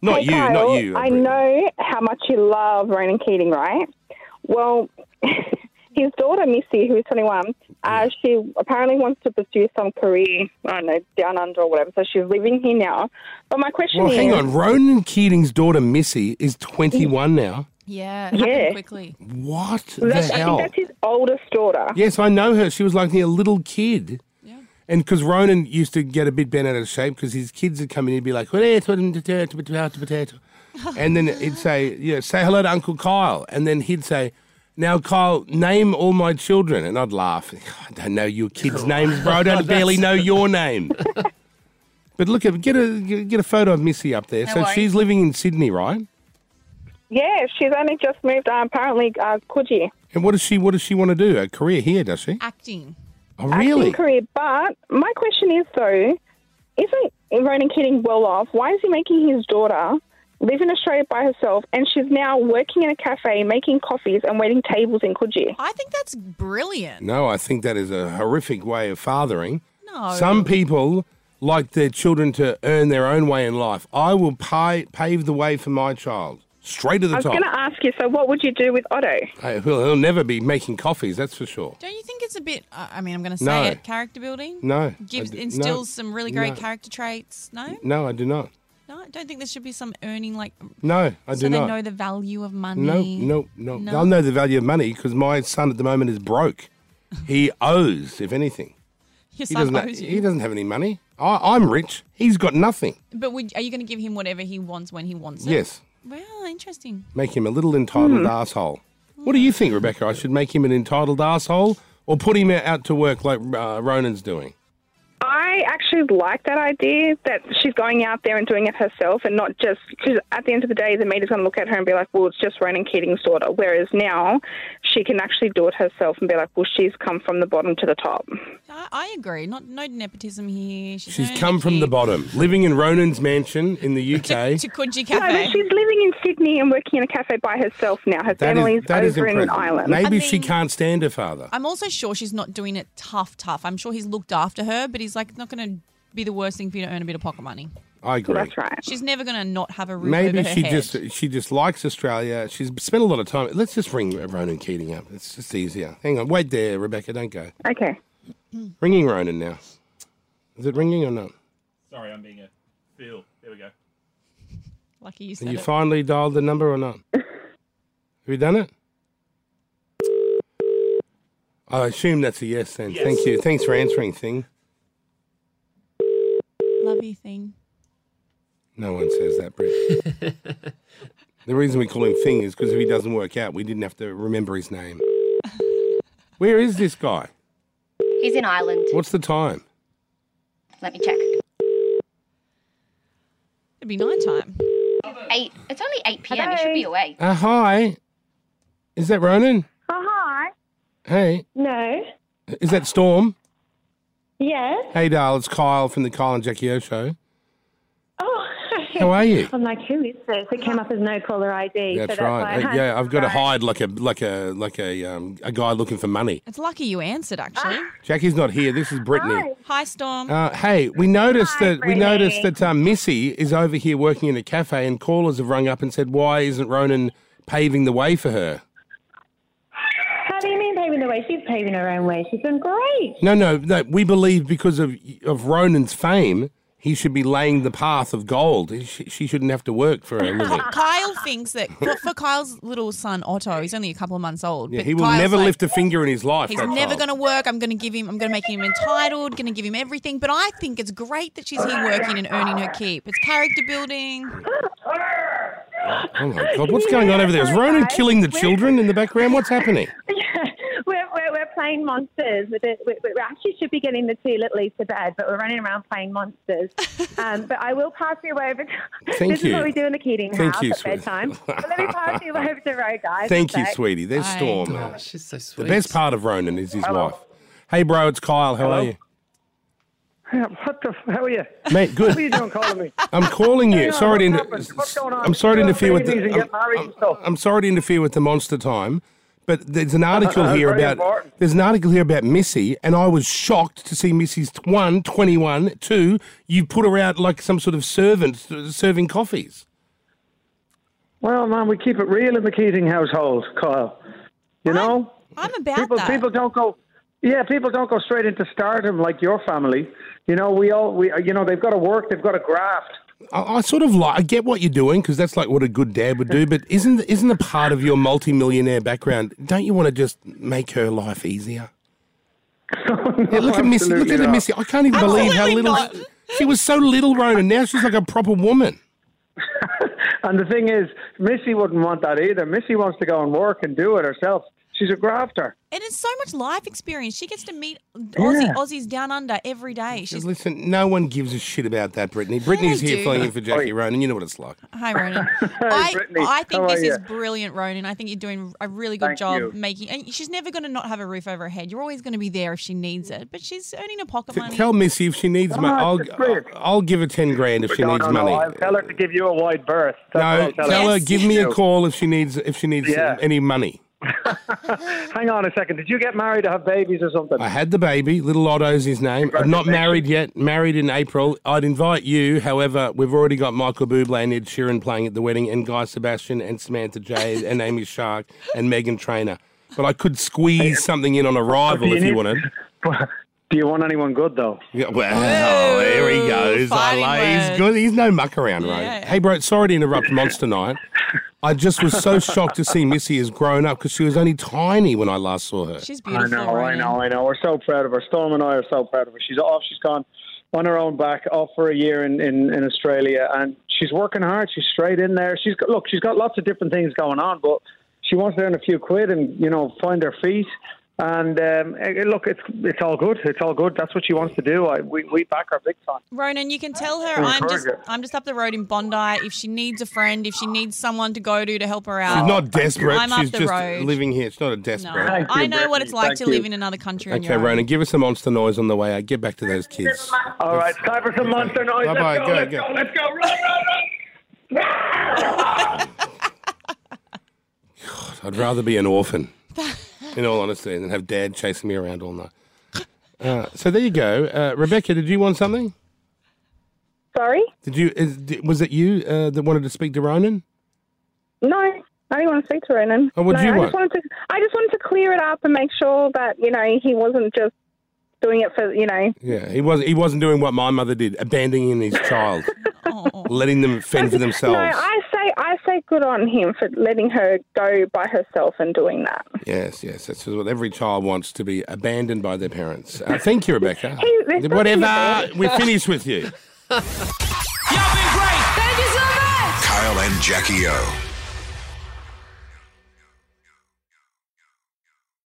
Not Hey, you, Kyle, not you. I know how much you love Ronan Keating, right? Well, his daughter Missy, who is 21, uh, she apparently wants to pursue some career, I don't know, down under or whatever. So she's living here now. But my question Well, is, hang on. Ronan Keating's daughter Missy is 21 now. Yeah, it happened Yeah. quickly. What the that's, I hell? think that's his oldest daughter. Yes, I know her. She was like a little kid. Yeah. And because Ronan used to get a bit bent out of shape because his kids would come in and be like, "Potato, potato, potato, potato." and then he'd say, "Yeah, say hello to Uncle Kyle." And then he'd say, "Now, Kyle, name all my children." And I'd laugh. I don't know your kids' names, bro. I don't barely know your name. but look at get a get a photo of Missy up there. No so worries. she's living in Sydney, right? Yeah, she's only just moved, uh, apparently, uh, Coogee. And what does she what does she want to do? A career here, does she? Acting. Oh, acting really? career. But my question is though, isn't Ronan Keating well off? Why is he making his daughter live in Australia by herself and she's now working in a cafe, making coffees and waiting tables in Coogee? I think that's brilliant. No, I think that is a horrific way of fathering. No. Some people like their children to earn their own way in life. I will pay, pave the way for my child. Straight to the I was top. going to ask you, so what would you do with Otto? Hey, he'll, he'll never be making coffees, that's for sure. Don't you think it's a bit? uh, I I mean, I'm going to say No. it. Character building. No, I Gives d- no, instills some really great no. character traits. No. No, I do not. No, I don't think there should be some earning like No, I so do they not. know the value of money. no, no, no, No. I'll know the value of money because my son at the moment is broke. He owes, if anything. Your He son doesn't, owes He you. doesn't have any money. I, I'm rich. He's got nothing. But would, are you going to give him whatever he wants when he wants it? Yes. Well, interesting. Make him a little Hmm. entitled asshole. What do you think, Rebecca? I should make him an entitled asshole, or put him out to work like uh, Ronan's doing? I actually like that idea that she's going out there and doing it herself and not just because at the end of the day, the media's going to look at her and be like, well, it's just Ronan Keating's daughter. Whereas now she can actually do it herself and be like, well, she's come from the bottom to the top. I, I agree. Not no nepotism here. She's, She's earned come it from here. the bottom, living in Ronan's mansion in the to, UK. to Coogee No, but Cafe. she's living in Sydney and working in a cafe by herself now. Her That family's is, that is over in impressive. Ireland. Maybe I she think- can't stand her father. I'm also sure she's not doing it tough, tough. I'm sure he's looked after her, but he's like, it's not going to be the worst thing for you to earn a bit of pocket money. I agree. That's right. She's never going to not have a roof Maybe over her she head. just she just likes Australia. She's spent a lot of time. Let's just ring Ronan Keating up. It's just easier. Hang on, wait there, Rebecca. Don't go. Okay. Ringing Ronan now. Is it ringing or not? Sorry, I'm being a fool. There we go. Lucky you Have said you it. finally dialed the number or not? Have you done it? I assume that's a yes then. Thank you. Thanks for answering, thing. Love you thing. No one says that, Brett. the reason we call him Thing is because if he doesn't work out, we didn't have to remember his name. Where is this guy? He's in Ireland. What's the time? Let me check. It'd be night time. Eight. It's only eight p.m. He should be away. Uh, hi. Is that Ronan? Oh, hi. Hey. No. Is that Storm? Yes. Hey, Dale. It's Kyle from the Kyle and Jackie O Show. Oh. How are you? I'm like, who is this? It came up as no caller ID. so That's that's why right. I Uh, yeah, I've got to Right. hide like a like a like a um, a guy looking for money. It's lucky you answered, actually. Jackie's not here. This is Brittany. Hi, Storm. Uh, hey, we noticed Hi, that we noticed Brittany. that um, Missy is over here working in a cafe, and callers have rung up and said, "Why isn't Ronan paving the way for her?" How do you mean paving the way? She's paving her own way. She's doing great. No, no, no. We believe because of of Ronan's fame, he should be laying the path of gold. She, she shouldn't have to work for a living. Kyle thinks that for, for Kyle's little son Otto, he's only a couple of months old. Yeah, but he will Kyle's never like, lift a finger in his life. He's that never child. going to work. I'm going to give him. I'm going to make him entitled. Going to give him everything. But I think it's great that she's here working and earning her keep. It's character building. Oh my God! What's going on over there? Is Ronan killing the children in the background? What's happening? we're, we're, we're playing monsters. We're, the- we we we actually should be getting the two littlies to bed, but we're running around playing monsters. Um, but I will pass you over. To, Thank this you. is what we do in the Keating Thank house you, at sweet. bedtime. But let me pass you over to Ro, guys. Thank One you, sec. sweetie. There's Bye. Storm. now. Oh, she's so sweet. The best part of Ronan is his wife. Hey, bro, it's Kyle. How are you? What the? How are you? Mate, What are good. you doing calling me? I'm calling you. Hang on, Sorry to what inter- happened? What's going on? I'm sorry to Go interfere with babies the and get married I'm, and stuff. I'm- I'm sorry to interfere with the monster time, but there's an article here Very about important. there's an article here about Missy, and I was shocked to see Missy's t- one, 21, two. You put her out like some sort of servant uh, serving coffees. Well, man, we keep it real in the Keating household, Kyle. You know, I'm about people that. people don't go. Yeah, people don't go straight into stardom like your family. You know, we all we you know they've got to work, they've got to graft. I, I sort of like. I get what you're doing because that's like what a good dad would do. But isn't isn't a part of your multi-millionaire background? Don't you want to just make her life easier? Oh, Yeah, look at Missy. Look at the Missy. I can't even believe how Absolutely little not. she was. So little, Ronan. Now she's like a proper woman. And the thing is, Missy wouldn't want that either. Missy wants to go and work and do it herself. She's a grafter. And it's so much life experience. She gets to meet Aussie, Yeah. Aussies down under every day. She's Listen, no one gives a shit about that, Brittany. Brittany's they here do. filling in for Jackie Ronan. You know what it's like. Hi, Ronan. I, Brittany. I think How this are is ya? brilliant, Ronan. I think you're doing a really good Thank job you. making. And she's never going to not have a roof over her head. You're always going to be there if she needs it. But she's earning her pocket T- money. Tell Missy if she needs No, money. I'll, it's brilliant. I'll I'll give her ten grand if she no, needs no, money. no. I'll tell her to give you a wide berth. That's what No, I'll tell tell her. her. Yes. Give me a No. call if she needs if she needs Yeah. any money. Hang on a second. Did you get married to have babies or something? I had the baby. Little Otto's his name. I'm not married yet. Married in April. I'd invite you. However, we've already got Michael Bublé and Ed Sheeran playing at the wedding, and Guy Sebastian and Samantha Jade and Amy Shark and Megan Trainer. But I could squeeze something in on arrival Do if you need- wanted. Do you want anyone good though? Yeah, well, there he goes. I fighting lay. He's words. good. He's no muck around, right? Yeah. Hey, bro. Sorry to interrupt Monster Night. I just was so shocked to see Missy has grown up because she was only tiny when I last saw her. she's beautiful. I know, I Ronan. know, I know. We're so proud of her. Storm and I are so proud of her. She's off. She's gone on her own back, off for a year in, in, in Australia, and she's working hard. She's straight in there. She's got, look. She's got lots of different things going on, but she wants to earn a few quid and you know find her feet. And um, eh, look, it's it's all good. It's all good. That's what she wants to do. I, we we back her big time. Ronan, you can tell her I'm just Encourage her. I'm just up the road in Bondi. If she needs a friend, if she needs someone to go to to help her out. She's not desperate. I'm up She's the just road. living here. She's not a No, desperate. I know what it's like Thank to you. live in another country. on Okay, your own. Ronan, give us some monster noise on the way out. Get back to those kids. All right, it's time for some monster noise. Bye-bye. Let's go. Go, let's go. go. Let's go. Run, run, run. I'd rather be an orphan, in all honesty, than have dad chasing me around all night. Uh, so there you go. Uh, Rebecca, did you want something? Sorry? Did you? Is, di- was it you uh, that wanted to speak to Ronan? No. I didn't want to speak to Ronan. Oh, what do no, you I want? Just wanted to, I just wanted to clear it up and make sure that, you know, he wasn't just doing it for, you know. Yeah, he was. He wasn't doing what my mother did, abandoning his child, Oh, letting them fend for themselves. No, I say I say good on him for letting her go by herself and doing that. Yes, yes, that's what every child wants to be abandoned by their parents. Uh, thank you, Rebecca. Hey, there's nothing Whatever, about we're finished with you. Kyle and Jackie O.